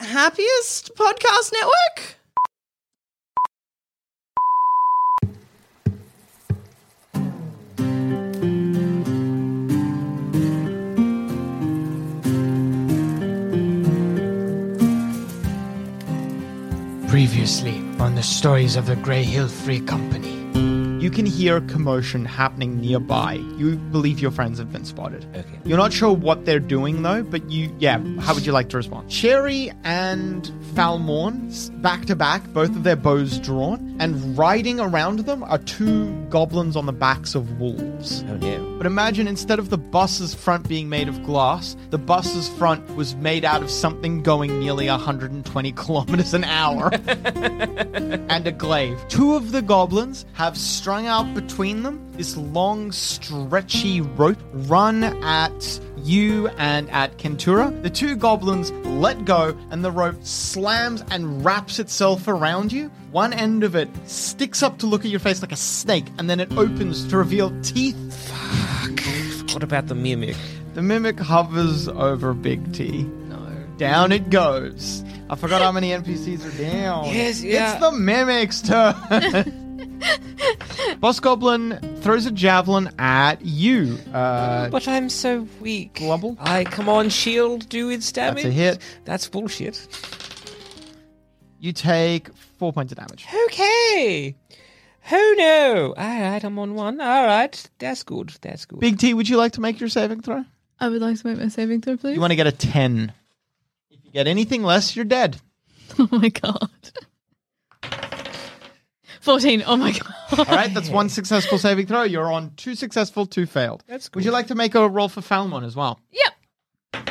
happiest podcast network. Previously on the stories of the Grey Hill Free Company. You can hear a commotion happening nearby. You believe your friends have been spotted. Okay. You're not sure what they're doing though, but you, yeah, how would you like to respond? Cherry and Falmorn, s- back to back, both of their bows drawn, and riding around them are two goblins on the backs of wolves. Oh, no. But imagine instead of the bus's front being made of glass, the bus's front was made out of something going nearly 120 kilometers an hour and a glaive. Two of the goblins have strung out between them this long, stretchy rope run at you and at Kentura. The two goblins let go, and the rope slams and wraps itself around you. One end of it sticks up to look at your face like a snake, and then it opens to reveal teeth. What about the mimic? The mimic hovers over Big T. No. Down it goes. I forgot how many NPCs are down. Yes, yeah. It's the mimic's turn. Boss Goblin throws a javelin at you. Uh, But I'm so weak. Glubble? I come on, shield, do its damage. a hit. That's bullshit. you take four points of damage. Okay. Oh no! All right, I'm on one. All right, that's good. That's good. Big T, would you like to make your saving throw? I would like to make my saving throw, please. You want to get a 10. If you get anything less, you're dead. oh my god. 14. Oh my god. All right, that's one successful saving throw. You're on two successful, two failed. That's Would you good. like to make a roll for Falmon as well? Yep.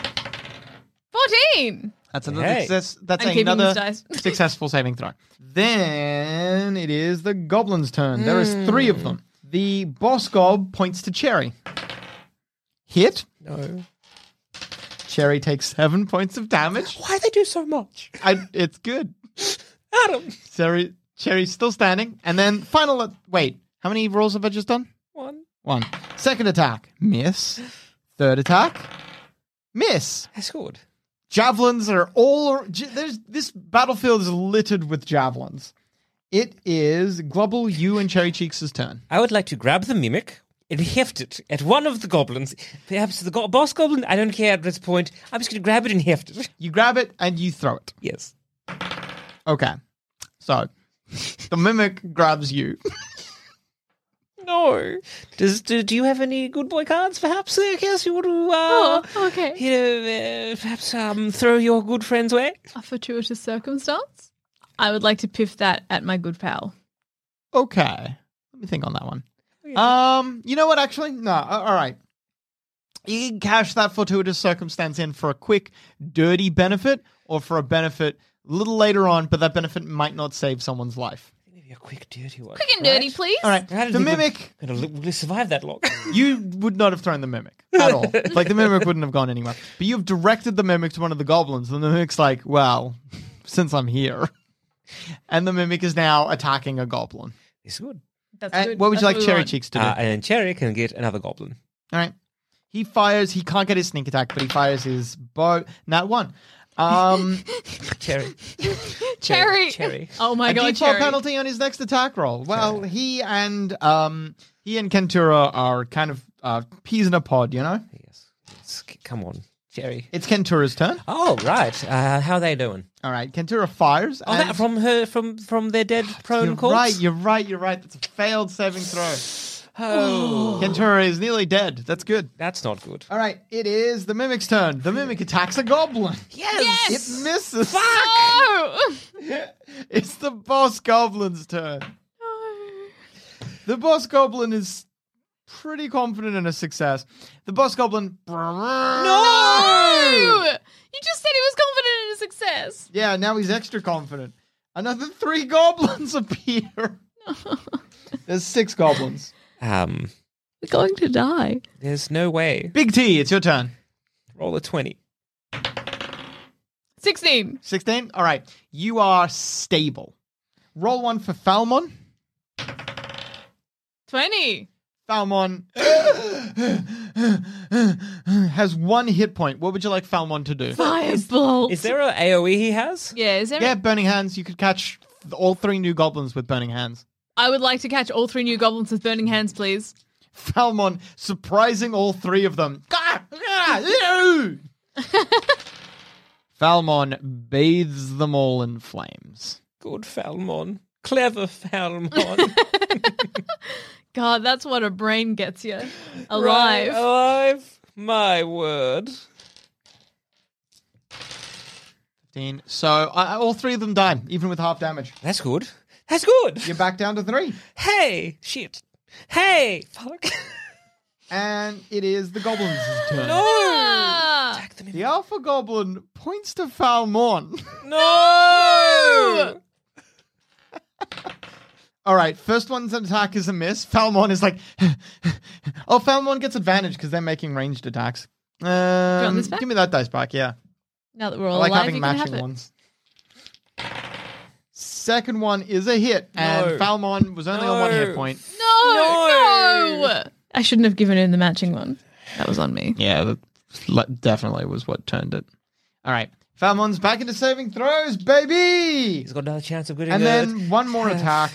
14. That's another Hey. success. That's I'm keeping another these dice. successful saving throw. Then it is the goblin's turn. There Hmm. is three of them. The boss gob points to Cherry. Hit. No. Cherry takes seven points of damage. Why they do so much, I, it's good. Adam? Cherry, Cherry's still standing. And then final. uh, Wait, how many rolls have I just done? One. One. Second attack. Miss. Third attack. Miss. That's good. javelins are all j- there's this battlefield is littered with javelins it is global you and cherry cheeks' turn I would like to grab the mimic and heft it at one of the goblins, perhaps the go- boss goblin. I don't care at this point. I'm just going to grab it and heft it. you grab it and you throw it Yes. okay so the mimic grabs you No. Does do, do you have any good boy cards? Perhaps I guess you want to. Uh, Oh, okay. You know, uh, perhaps um, throw your good friends away. A fortuitous circumstance. I would like to piff that at my good pal. okay let me think on that one um you know what actually no a- all right you can cash that fortuitous circumstance in for a quick dirty benefit or for a benefit a little later on but that benefit might not save someone's life Maybe a quick dirty one. Quick and right? dirty, please. all right I don't the think we're mimic Gonna li- we'll survive that long. You would not have thrown the mimic at all. like the mimic wouldn't have gone anywhere. But you've directed the mimic to one of the goblins, and the mimic's like, "Well, since I'm here," and the mimic is now attacking a goblin. it's good. That's And Uh, good. what would you That's like we Cherry want. Cheeks to do? Uh, and Cherry can get another goblin. all right. He fires. He can't get his sneak attack, but he fires his bow. Nat one. Um, Cherry. Cherry. Cherry. Oh my a god, default Cherry. penalty on his next attack roll. Well, he and um, he and Kentura are kind of uh, peas in a pod, you know. yes. Yes. C- Come on, Cherry. It's Kentura's turn. Oh right. Uh, how they doing? All right, Kentura fires. Oh, and- that from her from from their dead prone you're corpse. right, you're right, you're right. That's a failed saving throw. Oh, Kentura is nearly dead. That's good. that's not good. All right, it is the mimic's turn. The mimic attacks a goblin. Yes. It misses. Oh! It's the boss goblin's turn. The boss goblin is pretty confident in a success. The boss goblin. No! You just said he was confident in his success. Yeah, now he's extra confident. Another three goblins appear. There's six goblins. Um, We're going to die. there's no way. Big T, it's your turn. Roll a twenty. 16. 16? All right. You are stable. Roll one for Falmon. 20. Falmon has one hit point. What would you like Falmon to do? Fireball. Is there a AOE he has? Oh. Yeah, is there? Yeah, Burning Hands. You could catch th- all three new goblins with Burning Hands. I would like to catch all three new goblins with burning hands, please. Falmon surprising all three of them. Gah! Gah! Ew! Falmon bathes them all in flames. Good Falmon. Clever Falmon. God, that's what a brain gets you. Right, Alive. alive. My word. 15. So uh, all three of them die, even with half damage. That's good. That's good. You're back down to three. Hey, shit. Hey, fuck. And it is the goblin's turn. Ah. Attack the mimic. The alpha goblin points to Falmon. No. All right, first one's attack is a miss. Falmon is like, oh, Falmon gets advantage because they're making ranged attacks. Um, this back? give me that dice back, yeah. Now that we're I all like alive, having you can have matching it. ones. Second one is a hit, and No. Falmon was only on one hit No. point. No, No. no, I shouldn't have given him the matching one. That was on me. Yeah, that le- definitely was what turned it. All right, Falmon's back into saving throws, baby! He's got another chance of getting And a- then one more attack,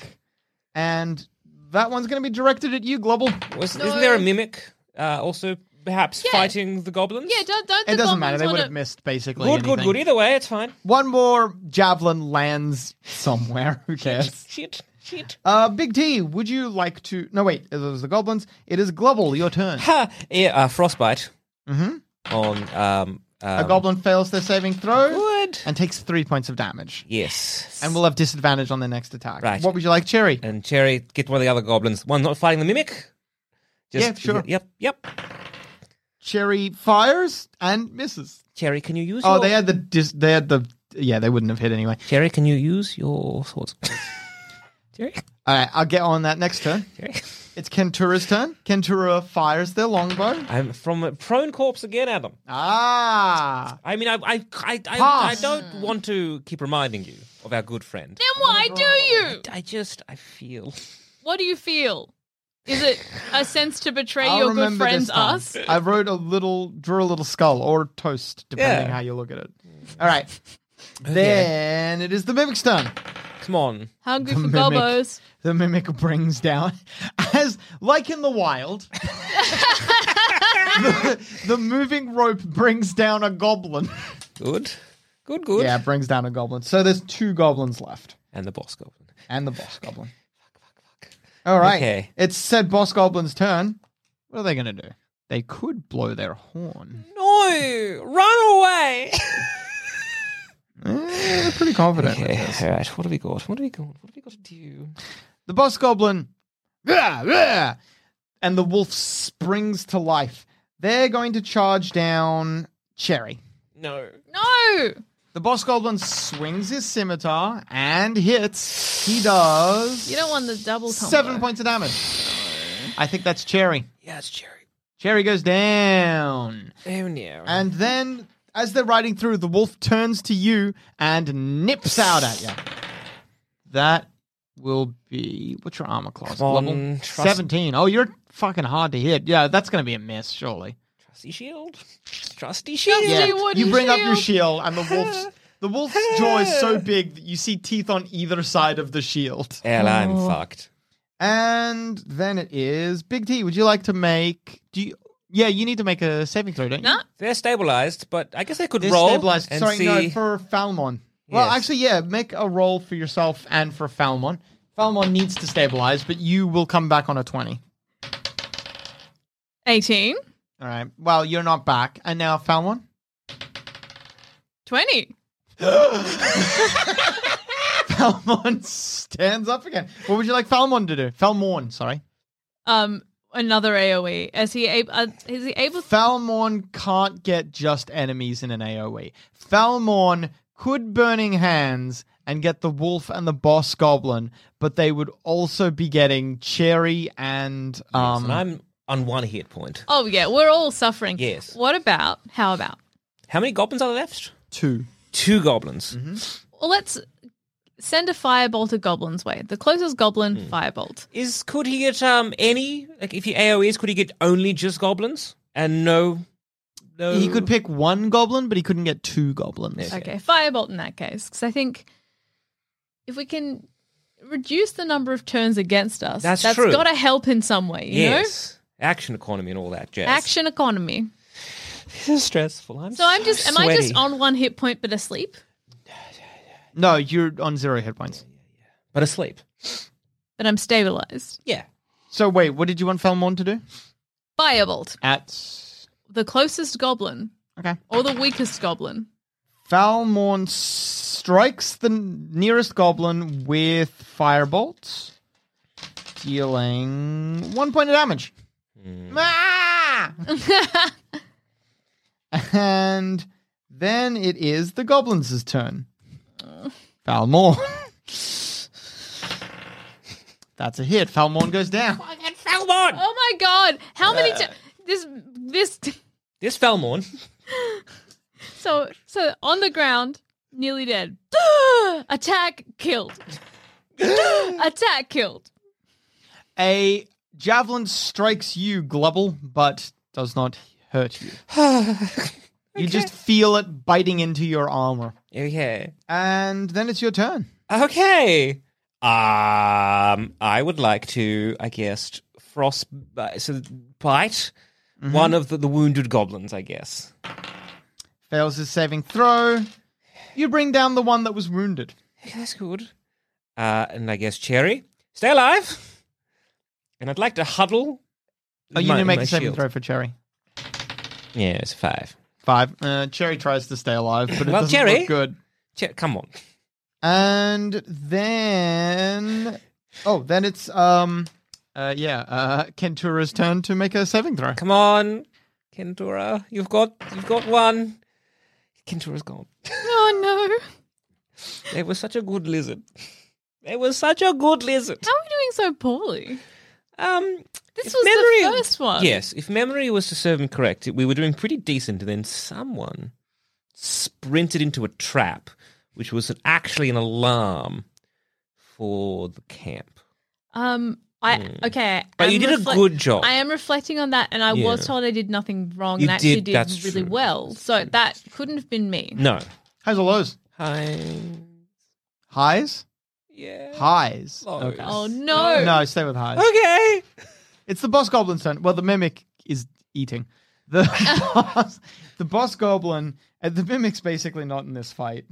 and that one's going to be directed at you, Global. Was, Isn't there a mimic uh, also perhaps fighting the goblins? Yeah, don't don't. It the doesn't matter. goblins They would wanna- have missed basically. Good, good, anything. good. Either way, it's fine. One more javelin lands somewhere. Who cares? Shit, shit. Uh, Big T, would you like to? No, wait. It was the goblins. It is Global. Your turn. Ha! Yeah, uh, frostbite Mhm. on um, A um, goblin fails their saving throw Good. and takes three points of damage, Yes. and will have disadvantage on their next attack. Right. What would you like, Cherry? And Cherry, get one of the other goblins. One not fighting the mimic. Yeah, sure. Yep, yep. Cherry fires and misses. Cherry, can you use? Oh, your... they had the. Dis- they had the. Yeah, they wouldn't have hit anyway. Cherry, can you use your swords? Cherry, All right, I'll get on that next turn. Cherry. It's Kentura's turn. Kentura fires their longbow. I'm from a prone corpse again, Adam. Ah. I mean, I, I, I, I, I Pass. don't want to keep reminding you of our good friend. Then why do you? I just, I feel. What do you feel? Is it a sense to betray I'll your good remember this friends, time. us? I wrote a little, drew a little skull or toast, depending Yeah. how you look at it. All right. Then it is the mimic's turn. Come on. Hungry The for mimic. gobos. The mimic brings down, as like in the wild, the, the moving rope brings down a goblin. Good. Good, good. Yeah, it brings down a goblin. So there's two goblins left, And the boss goblin. and the boss goblin. All right. Okay. It's said boss goblin's turn. What are they going to do? They could blow their horn. No! Run away! Eh, they're pretty confident. with okay, this. all right. What have we got? What have we got? What have we got to do? The boss goblin, "Gah, gah," and the wolf springs to life. They're going to charge down Cherry. No. No. The boss goblin swings his scimitar and hits. He does You don't want the double combo. seven points of damage. I think that's Cherry. Yeah, it's Cherry. Cherry goes down. Oh, no. And then, as they're riding through, the wolf turns to you and nips out at you. That will be what's your armor class? Come on, Level trust- seventeen. Oh, you're fucking hard to hit. Yeah, that's gonna be a miss, surely. Trusty shield. Trusty shield. Yeah. you wooden bring up your shield. shield, and the wolf's the wolf's jaw is so big that you see teeth on either side of the shield. Hell, I'm Oh. fucked. And then it is Big T. Would you like to make? Do you? Yeah, you need to make a saving throw, don't you? No. They're stabilized, but I guess they could They're roll stabilized. and Sorry, see. no, for Falmon. Well, Yes. actually, yeah, make a roll for yourself and for Falmon. Falmon needs to stabilize, but you will come back on a 20. 18, All right. Well, you're not back. And now, Falmon? 20. Falmon stands up again. What would you like Falmon to do? Falmorn, sorry. Um, another AOE. Is he able? Uh, is he able? Falmorn can't get just enemies in an AoE. Falmorn could Burning Hands and get the wolf and the boss goblin, but they would also be getting Cherry and um and I'm on one hit point. oh yeah, we're all suffering. Yes. What about? How about? How many goblins are left? two. Two goblins. Well, let's send a firebolt to Goblin's way. The closest Goblin Hmm. firebolt. Is could he get um any like if he AOEs could he get only just goblins and no no He could pick one goblin, but he couldn't get two goblins. Okay, firebolt in that case, because I think if we can reduce the number of turns against us, That's true. got to help in some way. You yes action economy and all that jazz know, action economy. This is stressful. I'm So I'm just, am I just sweaty. on one hit point but asleep? No, you're on zero hit points. but asleep? But I'm stabilized. Yeah. So wait, what did you want Falmorn to do? Firebolt, At the closest Goblin okay. or the weakest Goblin. Falmorn strikes the nearest goblin with firebolt, dealing one point of damage. Ah! and then it is the goblins' turn. Falmorn. That's a hit. Falmorn goes down. Falmorn. Oh my god! How many? Uh. T- this this. This Falmorn. So so on the ground, nearly dead. Attack killed. Attack killed. A javelin strikes you, Glubble, but does not hurt you. You just feel it biting into your armor. Oh, Okay. And then it's your turn. Okay. Um, I would like to, I guess, frost uh, so bite one of the, the wounded goblins. I guess. Fails his saving throw. You bring down the one that was wounded. Okay, that's good. Uh, and I guess Cherry, stay alive. And I'd like to huddle. Oh, you my- need to make my a saving shield. throw for Cherry. Yeah, it's five. Five. Uh, Cherry tries to stay alive, but it Well, doesn't Cherry- look good. Che- come on. And then, oh, then it's um, uh, yeah, uh, Kentura's turn to make a saving throw. Come on, Kentura. You've got you've got one. Kentura's gone. Oh no! They were such a good lizard. They were such a good lizard. How are we doing so poorly? Um, This if was the memory- first one. Yes, if memory was to serve him correct, we were doing pretty decent, and then someone sprinted into a trap, which was an, actually an alarm for the camp. Um. I okay. I Hmm. But am you did a reflect- good job. I am reflecting on that, and I was Yeah. told I did nothing wrong, You and actually did, did, that's really true. well. So that couldn't have been me. No. Highs or lows? Hi. Highs. Yeah. Highs. Lows. Okay. Oh no! No, stay with highs. Okay. It's the boss goblin's turn. Well, the mimic is eating. The boss, the boss goblin. Uh, the mimic's basically not in this fight.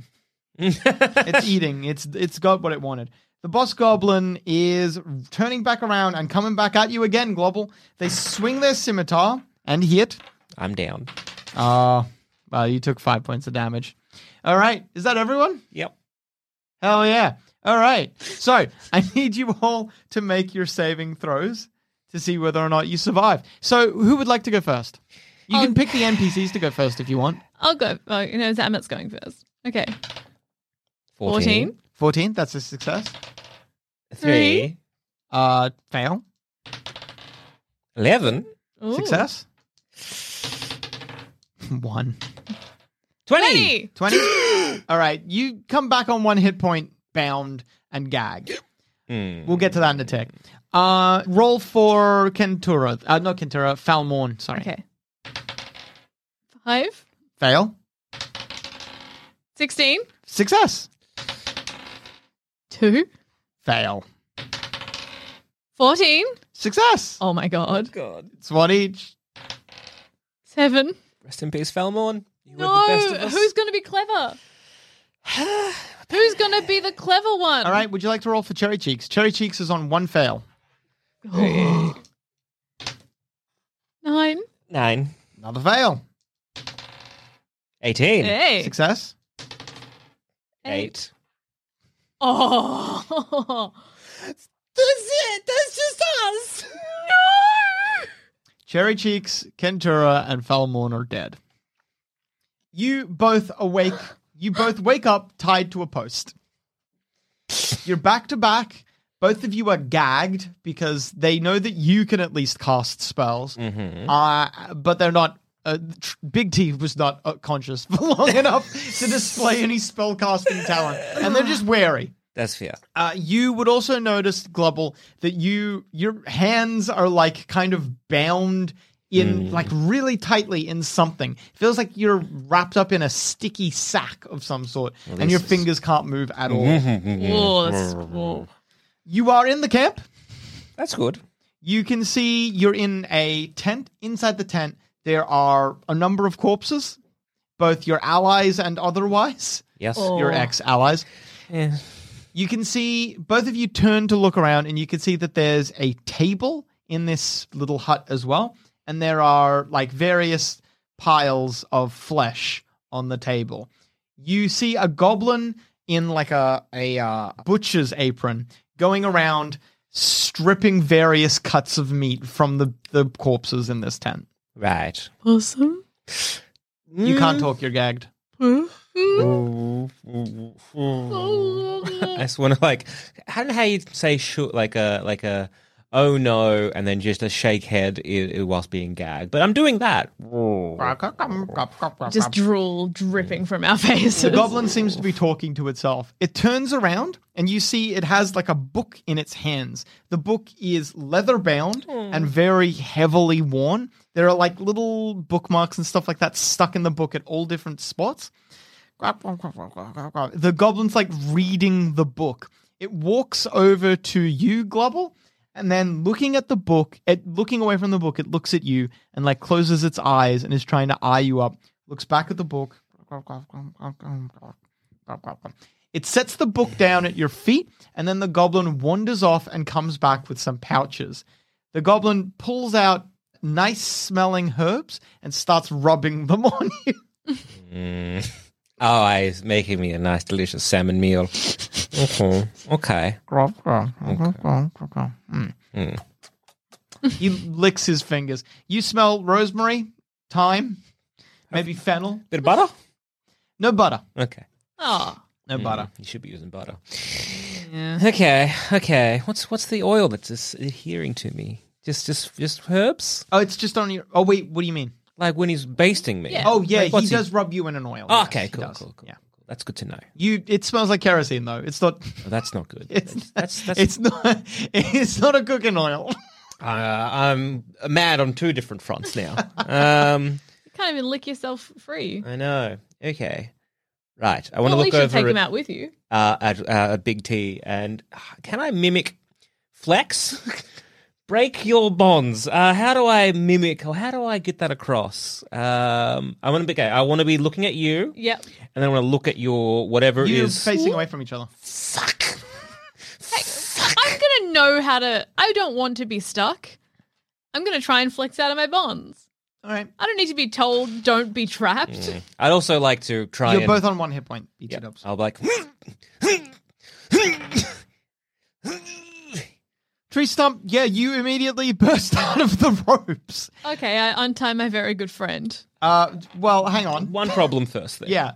it's eating. It's it's got what it wanted. The boss goblin is turning back around and coming back at you again, Global. They swing their scimitar and hit. I'm down. Ah, well, you took five points of damage. All right, is that everyone? Yep. Hell yeah. All right. So I need you all to make your saving throws to see whether or not you survive. So who would like to go first? You Oh. can pick the NPCs to go first if you want. I'll go. Oh, you know, Zamet's going first. Okay. 14. 14, that's a success. Three. Uh, fail. 11. Ooh. Success. One. 20. 20. 20. all right. You come back on one hit point, bound and gag. Mm. We'll get to that in a tick. Uh, roll for Kentura. Uh, not Kentura, Falmorn. Sorry. Okay. Five. Fail. 16. Success. Two. Fail. 14. Success. Oh my god. God. It's one each. Seven. Rest in peace, Falmorn. You No. Who's going to be clever? Who's going to be the clever one? All right, would you like to roll for Cherry Cheeks? Cherry Cheeks is on one fail. Nine. Nine. Another fail. 18. Hey. Success. Eight. Oh. That's it. That's just us. Cherry Cheeks, Kentura, and Falmorn are dead. You both awake. You both wake up tied to a post. You're back to back. Both of you are gagged because they know that you can at least cast spells. Uh, but they're not. Uh, tr- Big T was not uh, conscious for long enough to display any spellcasting talent, and they're just wary. That's fair. Uh, you would also notice, Glubble, that you your hands are like kind of bound in like really tightly in something. Feels like you're wrapped up in a sticky sack of some sort, and your fingers can't move at all. Whoa, that's- whoa. You are in the camp. That's good. You can see you're in a tent. Inside the tent, there are a number of corpses, both your allies and otherwise. Yes. your ex allies. Yeah. You can see both of you turn to look around, and you can see that there's a table in this little hut as well, and there are like various piles of flesh on the table. You see a goblin in like a a uh, butcher's apron going around stripping various cuts of meat from the the corpses in this tent. Right. Awesome. You can't talk; you're gagged. I just want to like, I don't know how you say sure, like a like a oh no, and then just a shake head i- i- whilst being gagged. But I'm doing that. Just drool dripping from our faces. The goblin seems to be talking to itself. It turns around and you see it has like a book in its hands. The book is leather bound and very heavily worn. There are like little bookmarks and stuff like that stuck in the book at all different spots. The goblin's like reading the book. It walks over to you, Globble, and then looking at the book, it looking away from the book, it looks at you and like closes its eyes and is trying to eye you up. Looks back at the book. It sets the book down at your feet, and then the goblin wanders off and comes back with some pouches. The goblin pulls out nice smelling herbs and starts rubbing them on you. Oh, he's making me a nice, delicious salmon meal. okay. Okay. Mm. He licks his fingers. You smell rosemary, thyme, maybe fennel. Bit of butter. No butter. Okay. Oh. No butter. You should be using butter. Okay. Okay. What's what's the oil that's just adhering to me? Just just just herbs. Oh, it's just on your. Oh wait, what do you mean? Like when he's basting me. Yeah. Oh yeah, Like, what's he does rub you in an oil. Oh, Yes, okay. he Cool, does. cool. Cool. Yeah. cool. That's good to know. You. It smells like kerosene though. It's not. Oh, that's not good. It's that's that's. It's not. It's not a cooking oil. uh, I'm mad on two different fronts now. um, You can't even lick yourself free. I know. Okay. Right. I Well, want to you look should over take him at, out with you. uh, at uh, Big T and ah, can I mimic flex? Break your bonds. Uh, how do I mimic or how do I get that across? Um, I want to be. Okay, I want to be looking at you, and Yep. then I want to look at your whatever it You're is. facing away from each other. Fuck. I'm gonna know how to. I don't want to be stuck. I'm gonna try and flex out of my bonds. All right. I don't need to be told don't be trapped. I'd also like to try. You're and, both on one hit point. Beat Yeah, it up. I'll be like. Tree stump. Yeah, you immediately burst out of the ropes. Okay, I untie my very good friend. Uh, well, hang on. One problem first, then. Yeah.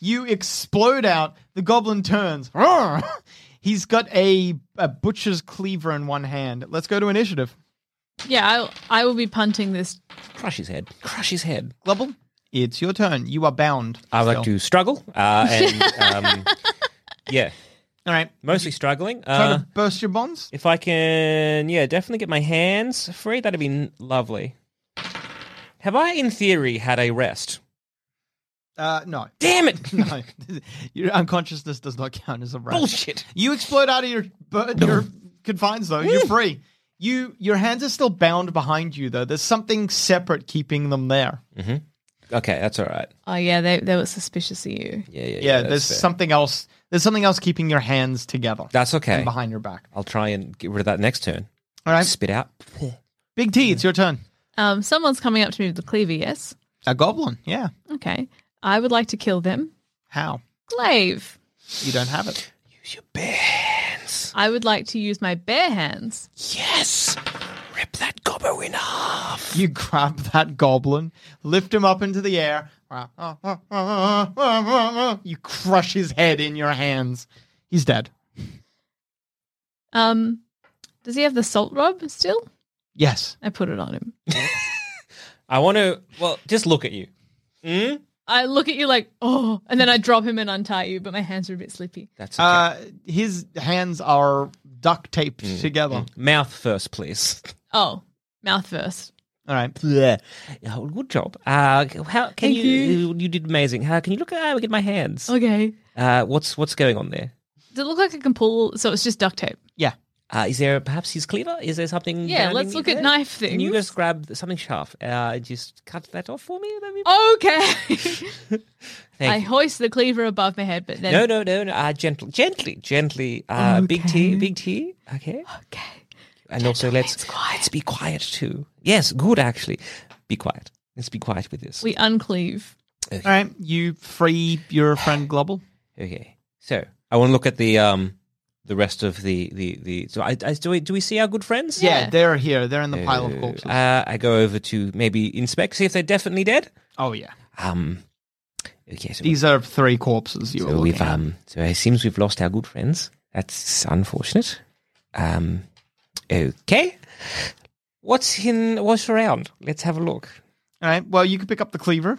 You explode out. The goblin turns. Roar! He's got a, a butcher's cleaver in one hand. Let's go to initiative. Yeah, I, I will be punting this. Crush his head. Crush his head. Globble, it's your turn. You are bound. I like still. to struggle. Uh, and um, yeah, All right. mostly struggling. Try Uh, to burst your bonds. if I can, yeah, definitely get my hands free. That'd be n- lovely. Have I, in theory, had a rest? Uh, no. Damn it! No. your unconsciousness does not count as a rest. Bullshit. You explode out of your bur- your confines though. You're free. You your hands are still bound behind you though. There's something separate keeping them there. Okay, that's all right. Oh yeah, they they were suspicious of you. Yeah, yeah, yeah. Yeah, that's there's fair. something else. There's something else keeping your hands together. That's and okay. behind your back. I'll try and get rid of that next turn. All right, Spit out. Big T, it's your turn. Um, someone's coming up to me with the cleaver, yes? A goblin, yeah. Okay. I would like to kill them. How? Glaive. You don't have it. Use your bare hands. I would like to use my bare hands. Yes. Rip that gobbo in half. You grab that goblin, lift him up into the air. You crush his head in your hands. He's dead. Um, does he have the salt rub still? Yes. I put it on him. I want to. Well, just look at you. Mm? I look at you like, oh, and then I drop him and untie you, but my hands are a bit slippy. That's okay. Uh, his hands are duct taped Mm-hmm. together. mouth first, please. Oh, mouth first. All right. Yeah. Oh, good job. Uh, how can Thank you, you. Oh. you? did amazing. How can you look at? Uh, look at my hands. Okay. Uh, what's what's going on there? Does it look like I can pull? So it's just duct tape. Yeah. Uh, is there perhaps his cleaver? Is there something? Yeah, down let's in look there? at knife Can you things. just grab something sharp? Uh, just cut that off for me. That'd be- Okay. Thank Oh, I you. hoist the cleaver above my head, but then. No, no, no, no. Uh, gentle, gently, gently. Uh, Big T, Okay. Oh, big T. Okay. Okay. And also let's let's be quiet too. Yes, good actually. Be quiet. Let's be quiet with this. We uncleave. All right. You free your friend Global. Okay. So I want to look at the um the rest of the the the. So I, I do we do we see our good friends? Yeah, Yeah. they're here. They're in the pile of corpses. Uh, I go over to maybe inspect, see if they're definitely dead. oh yeah. Um. Okay. So, These are three corpses you were so looking we've at. um. So it seems we've lost our good friends. That's unfortunate. Um. Okay. What's in? What's around? Let's have a look. All right. Well, you could pick up the cleaver.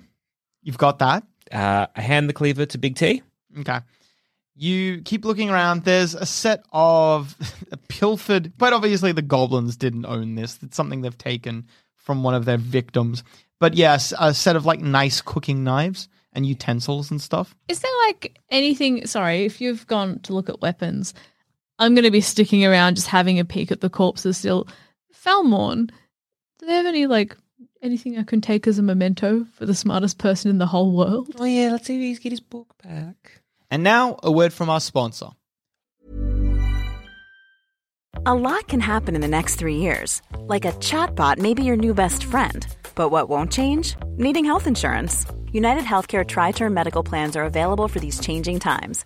You've got that. Uh, I hand the cleaver to Big T. Okay. You keep looking around. There's a set of pilfered. Quite obviously, the goblins didn't own this. It's something they've taken from one of their victims. But yes, a set of like nice cooking knives and utensils and stuff. Is there like anything? Sorry, if you've gone to look at weapons, I'm going to be sticking around just having a peek at the corpses still. Falmorn, do they have any like anything I can take as a memento for the smartest person in the whole world? Oh yeah, let's see if he's get his book back. And now, a word from our sponsor. A lot can happen in the next three years. Like a chatbot may be your new best friend. But what won't change? Needing health insurance. United Healthcare Tri Term Medical Plans are available for these changing times.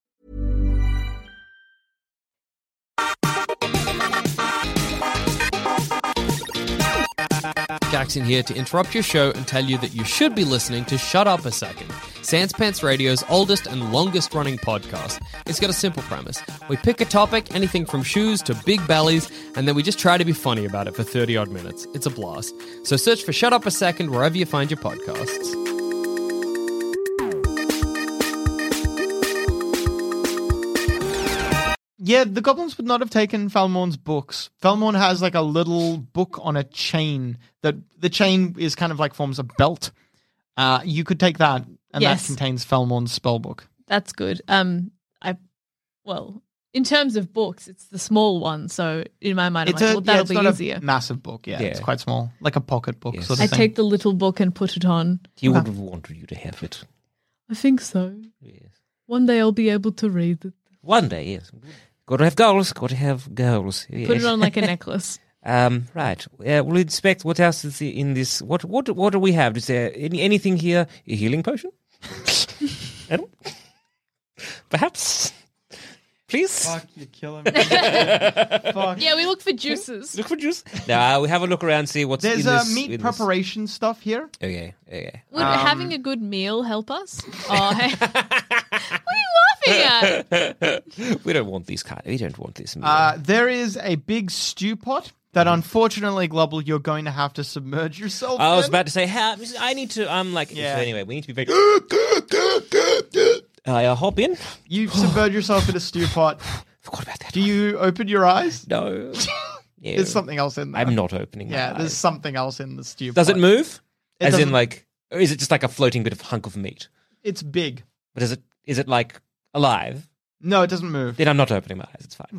Jackson here to interrupt your show and tell you that you should be listening to Shut Up a Second, Sans Pants Radio's oldest and longest running podcast. It's got a simple premise. We pick a topic, anything from shoes to big bellies, and then we just try to be funny about it for 30 odd minutes. It's a blast. So search for Shut Up a Second wherever you find your podcasts. Yeah, the goblins would not have taken Falmorn's books. Falmorn has like a little book on a chain that the chain is kind of like forms a belt. Uh, you could take that, and Yes. that contains Falmorn's spellbook. That's good. Um, I, well, in terms of books, it's the small one. So in my mind, I'm It's like, a, well, yeah, it's that'll not be a easier. massive book. Yeah, it's Yeah. quite small, like a pocket book Yes. sort of I thing. take the little book and put it on. He would have wanted you to have it. I think so. Yes. One day I'll be able to read it. One day, yes. Got to have goals. Got to have goals. Yes. Put it on like a necklace. Um, right. Uh, we'll inspect what else is in this. What what what do we have? Is there any, anything here? A healing potion? At all? Perhaps. Please Fuck, you're killing me. Fuck. Yeah, we look for juices. look for juice. Now we have a look around, see what's There's in uh, this. meat in this- preparation stuff here. Okay, okay. Would Um, having a good meal help us? Oh, hey. what are you laughing at? we don't want these kind. We don't want this. meat. Uh, there is a big stew pot that, unfortunately, Global, you're going to have to submerge yourself. Mm-hmm. I was in. about to say, how I need to. I'm like, Yeah. so anyway, we need to be very. I uh, hop in. You submerge yourself in a stew pot. Forgot about that. Do you open your eyes? No. Yeah. There's something else in there. I'm not opening. my Yeah, there's eyes. something else in the stew. Does pot. it move? It As in, doesn't- like, or is it just like a floating bit of hunk of meat? It's big. But is it is it like alive? No, it doesn't move. Then I'm not opening my eyes. It's fine.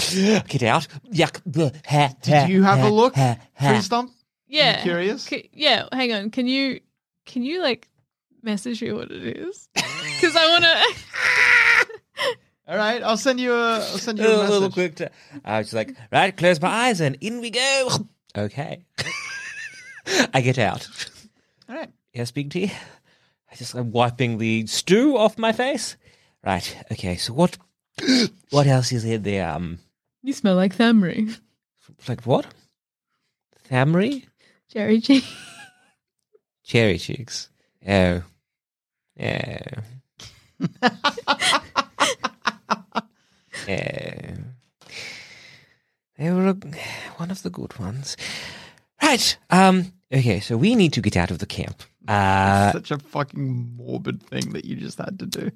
Okay. Get out. Yuck. Bleh. Ha, ha, Did you have ha, a look? ha, ha. Tree stump. Yeah. curious? C- yeah, hang on. Can you can you like message me what it is? Cuz I want to All right, I'll send you a. I'll send you A a little, message. quick. t- I was just like, right, close my eyes and in we go. Okay. I get out. All right. Yes, Big T. I just I'm wiping the stew off my face. Right. Okay. So what? What else is in there? Um, You smell like tamarind. like what? Tamari, Jerry G. cherry cheeks. Oh, yeah, yeah. They were a, one of the good ones. Right. Um. Okay. So we need to get out of the camp. Uh. Such a fucking morbid thing that you just had to do.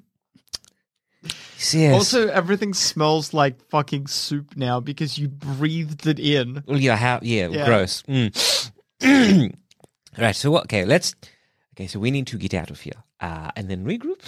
yes. Also, everything smells like fucking soup now because you breathed it in. Well, yeah, how? Yeah, Yeah. gross. Mm. right. So what? Okay, let's. Okay, so we need to get out of here uh, and then regroup.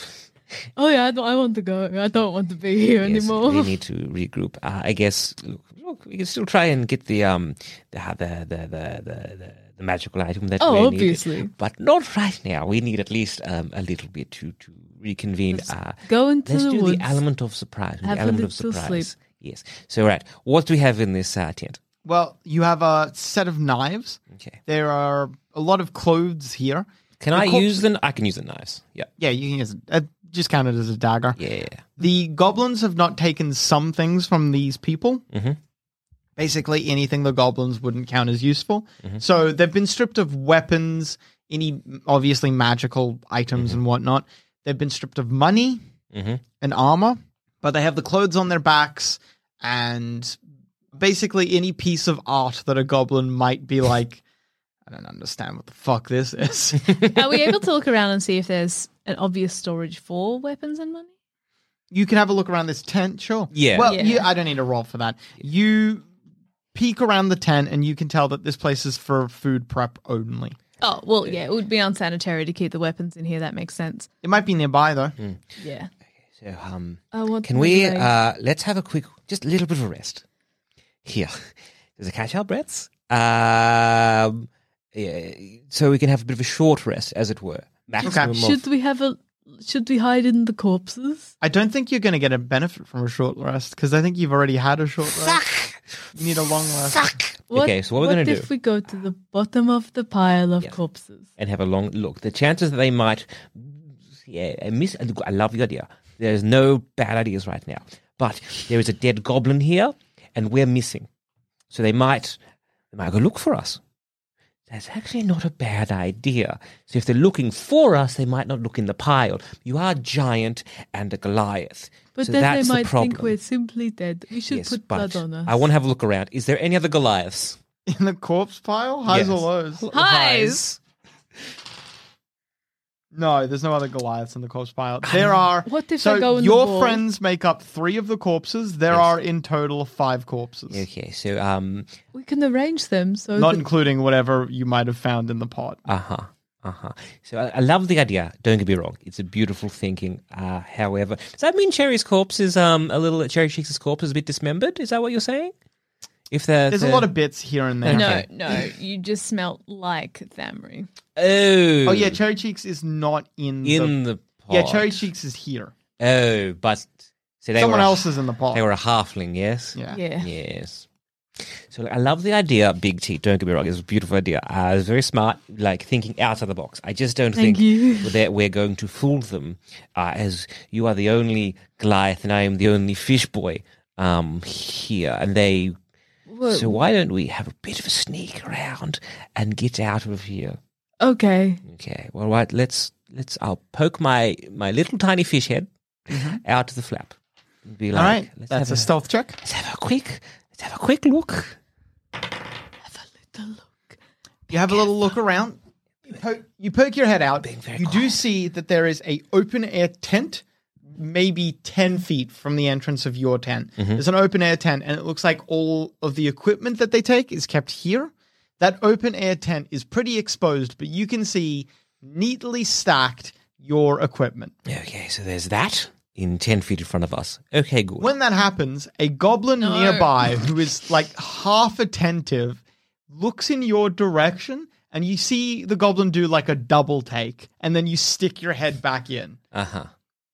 Oh yeah, I, don't, I want to go. I don't want to be here Yes, anymore. we need to regroup. Uh, I guess. Look, look, we can still try and get the um the the the the, the, the, the magical item that. Oh, we need, obviously. but not right now. We need at least um, a little bit to to reconvene. Uh, Go into let's the do woods. the element of surprise. Have a the element of little sleep. surprise. Yes. So right, what do we have in this uh, tent? Well, you have a set of knives. Okay. There are a lot of clothes here. Can The I corpse- use them? I can use the knives. Yeah. Yeah, you can use it. Just count it as a dagger. Yeah. The goblins have not taken some things from these people. Mhm. Basically, anything the goblins wouldn't count as useful. So they've been stripped of weapons, any obviously magical items and whatnot. They've been stripped of money Mhm. and armor, but they have the clothes on their backs and basically any piece of art that a goblin might be like, I don't understand what the fuck this is. Are we able to look around and see if there's an obvious storage for weapons and money? you can have a look around this tent, sure. Yeah. Well, Yeah. You, I don't need a roll for that. You peek around the tent and you can tell that this place is for food prep only. Oh, well, yeah, it would be unsanitary to keep the weapons in here. That makes sense. It might be nearby though. Hmm. Yeah. So um. I want Can to we? go. Uh, let's have a quick, just a little bit of a rest. Here, does it catch our breaths? Um, yeah, so we can have a bit of a short rest, as it were. Maximum of- should we have a should we hide in the corpses? I don't think you're going to get a benefit from a short rest because I think you've already had a short rest. You need a long rest. Okay, so what we're gonna if do- if we go to the bottom of the pile of corpses? and have a long look. The chances that they might, yeah, I miss. I love the idea. There's no bad ideas right now, but there is a dead goblin here, and we're missing. So they might, they might go look for us. That's actually not a bad idea. So if they're looking for us, they might not look in the pile. You are giant and a Goliath, But so then that's they might the problem. think we're simply dead. We should Yes, put but blood on us. I want to have a look around. Is there any other Goliaths? In the corpse pile? Highs or Yes. lows? Highs. No, there's no other Goliaths in the corpse pile. There are. What if so I go in the your wall? friends make up three of the corpses. There Yes. are in total five corpses, Okay, so um, We can arrange them so not that including whatever you might have found in the pot. Uh huh. Uh huh. So I, I love the idea. Don't get me wrong; it's a beautiful thinking. Uh, however, does that mean Cherry's corpse is um a little Cherry Cheeks' corpse is a bit dismembered? Is that what you're saying? If the, There's a the- lot of bits here and there. Okay. No, no, you just smelt like Thamri. oh Oh yeah, Cherry Cheeks is not in, in the, the, Yeah, pod. Cherry Cheeks is here. Oh, but so they Someone were a- else is in the pot. They were a halfling, yes. yeah. Yeah. Yes. So like, I love the idea, Big T. Don't get me wrong; it's a beautiful idea. Uh, it's very smart, like thinking outside the box. I just don't Thank think you. that we're going to fool them, uh, as you are the only Goliath and I am the only fish boy um, here. And they, Wha- so why don't we have a bit of a sneak around and get out of here? Okay. Okay. Well, right. Let's let's. I'll poke my my little tiny fish head out the flap. And be like, Mm-hmm. All right, let's that's have a stealth check. Let's have a quick. Let's have a quick look. You have a little look around. You poke, you poke your head out. very You do see that there is a open air tent, maybe ten feet from the entrance of your tent. There's an open air tent, and it looks like all of the equipment that they take is kept here. That open air tent is pretty exposed, but you can see neatly stacked your equipment. Okay, so there's that in ten feet in front of us. Okay, good. When that happens, a goblin nearby who is like half attentive looks in your direction and you see the goblin do like a double take and then you stick your head back in. Uh huh.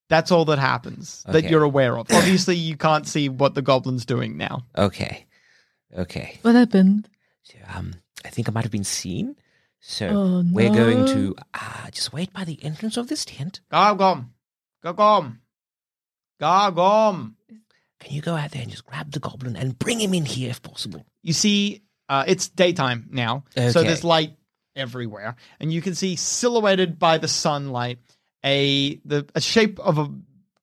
That's all that happens Okay. that you're aware of. Obviously, you can't see what the goblin's doing now. Okay. Okay. What happened? So, um, I think I might have been seen. So Oh, we're going no. to uh, just wait by the entrance of this tent. Gargom. Gargom. Gargom. Can you go out there and just grab the goblin and bring him in here if possible? You see, uh, it's daytime now, so Okay. there's light everywhere, and you can see silhouetted by the sunlight a the a shape of a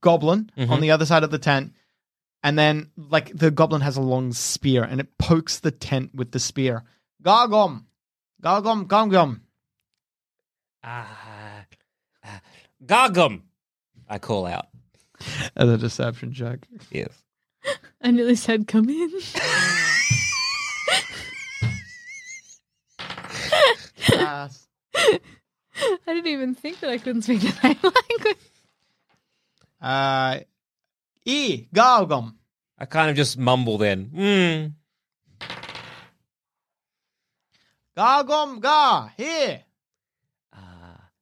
goblin on the other side of the tent, and then like the goblin has a long spear, and it pokes the tent with the spear. Gargom, gargom, gargom. Ah, uh, Gargum, I call out. As a deception check. Yes. I nearly said, come in. Pass. I didn't even think that I couldn't speak the same language. Uh, e gargom. I kind of just mumble then. Mm. Gargom gar here.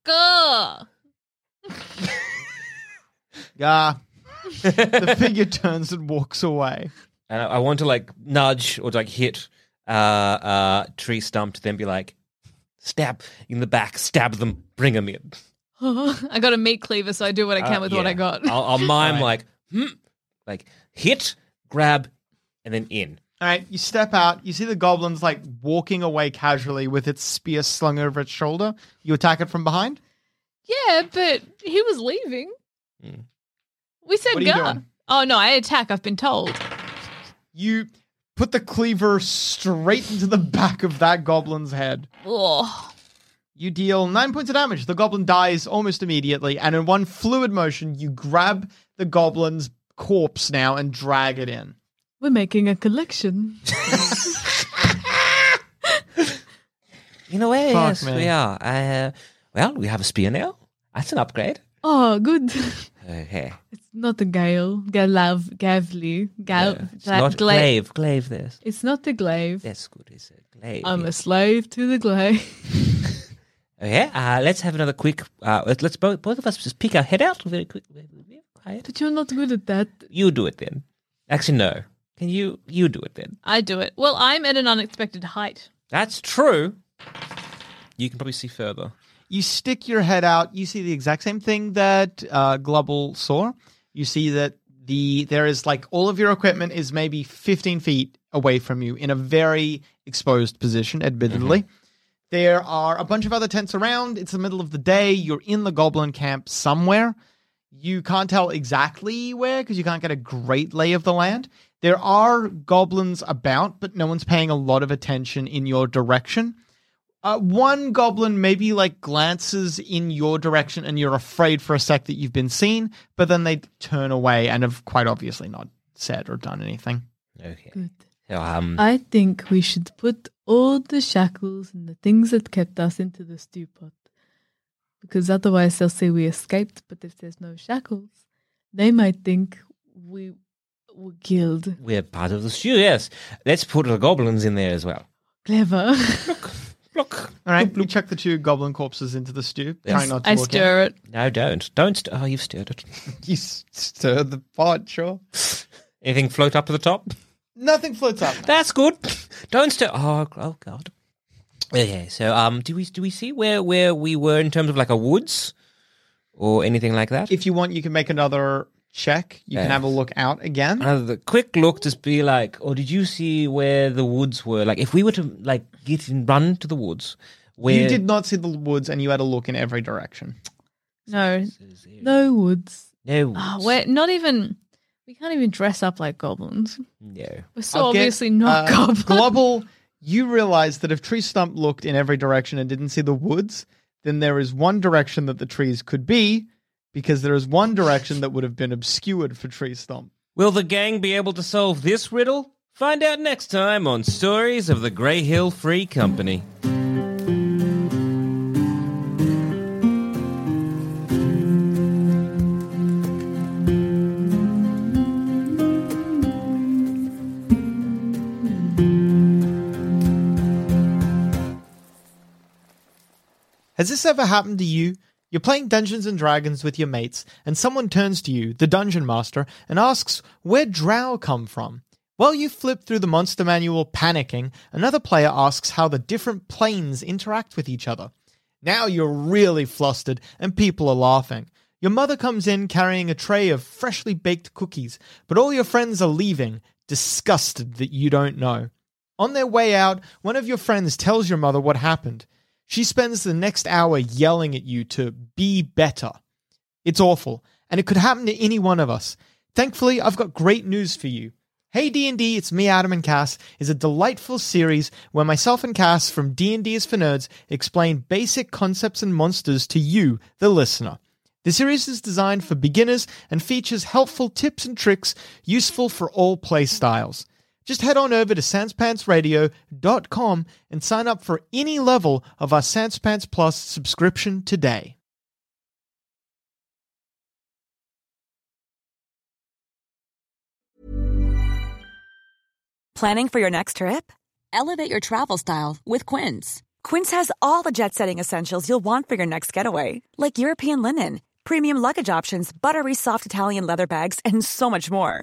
Gah. Gar. the figure turns and walks away. And I, I want to like nudge or like hit uh, uh, tree stump to then be like, stab in the back, stab them, bring them in. I got a meat cleaver, so I do what I can Uh, with what yeah. I got. I'll, I'll mime Right. like, hmm, like hit, grab, and then in. All right, you step out. You see the goblin's like walking away casually with its spear slung over its shoulder. You attack it from behind. Yeah, but he was leaving. We said Hmm. What are you go. doing? Oh no, I attack. I've been told. You put the cleaver straight into the back of that goblin's head. Oh, You deal nine points of damage. The goblin dies almost immediately, and in one fluid motion, you grab the goblin's corpse now and drag it in. we're making a collection. In a way, Fuck, yes, man. we are. Uh, well, we have a spear now. That's an upgrade. Oh, good. Okay. It's not a gale. Galav, Gavli, Gal. Uh, it's gla- not Oh, gla- glaive. Glaive this. It's not the glaive. That's good. It's a glaive. I'm a yes. slave to the glaive. Okay, uh, let's have another quick. Uh, let's, let's both, both of us just peek our head out very quick. Quiet. But you're not good at that. You do it then. Actually, no. Can you? You do it then. I do it. Well, I'm at an unexpected height. That's true. You can probably see further. You stick your head out. You see the exact same thing that uh, Glubble saw. You see that the there is like all of your equipment is maybe 15 feet away from you in a very exposed position, admittedly. There are a bunch of other tents around. It's the middle of the day. You're in the goblin camp somewhere. You can't tell exactly where because you can't get a great lay of the land. There are goblins about, but no one's paying a lot of attention in your direction. Uh, one goblin maybe like glances in your direction and you're afraid for a sec that you've been seen, but then they turn away and have quite obviously not said or done anything. Okay. Good. So, um, I think we should put all the shackles and the things that kept us into the stew pot because otherwise they'll say we escaped. But if there's no shackles, they might think we were killed. We're part of the stew, yes. Let's put the goblins in there as well. Clever. Look. All right, we chuck the two goblin corpses into the stew. Yes. Trying not to I look stir it. No, don't. Don't. St- oh, you've stirred it. At. You s- stir the pot, sure. Anything float up to the top? Nothing floats up. That's good. Don't stir. Oh, oh God. Okay, so um, do we do we see where where we were in terms of like a woods or anything like that? If you want, you can make another check. You Yeah. can have a look out again. Another quick look, just be like, or did you see where the woods were? Like, if we were to like get in, run to the woods, where You did not see the woods, and you had a look in every direction. No, no woods. no, Oh, woods. we're not even. We can't even dress up like goblins. no. We're so I'll get, obviously not uh, goblins. Global, you realize that if Tree Stump looked in every direction and didn't see the woods, then there is one direction that the trees could be, because there is one direction that would have been obscured for Tree Stump. Will the gang be able to solve this riddle? Find out next time on Stories of the Grey Hill Free Company. Has this ever happened to you? You're playing Dungeons and Dragons with your mates, and someone turns to you, the dungeon master, and asks, Where drow come from? While you flip through the monster manual panicking, another player asks how the different planes interact with each other. Now you're really flustered, and people are laughing. Your mother comes in carrying a tray of freshly baked cookies, but all your friends are leaving, disgusted that you don't know. On their way out, one of your friends tells your mother what happened. She spends the next hour yelling at you to be better. It's awful, and it could happen to any one of us. Thankfully, I've got great news for you. Hey D&D, it's me Adam and Cass is a delightful series where myself and Cass from D&D is for Nerds explain basic concepts and monsters to you, the listener. The series is designed for beginners and features helpful tips and tricks useful for all play styles. Just head on over to sanspantsradio.com and sign up for any level of our Sanspants Plus subscription today. Planning for your next trip? Elevate your travel style with Quince. Quince has all the jet setting essentials you'll want for your next getaway, like European linen, premium luggage options, buttery soft Italian leather bags, and so much more.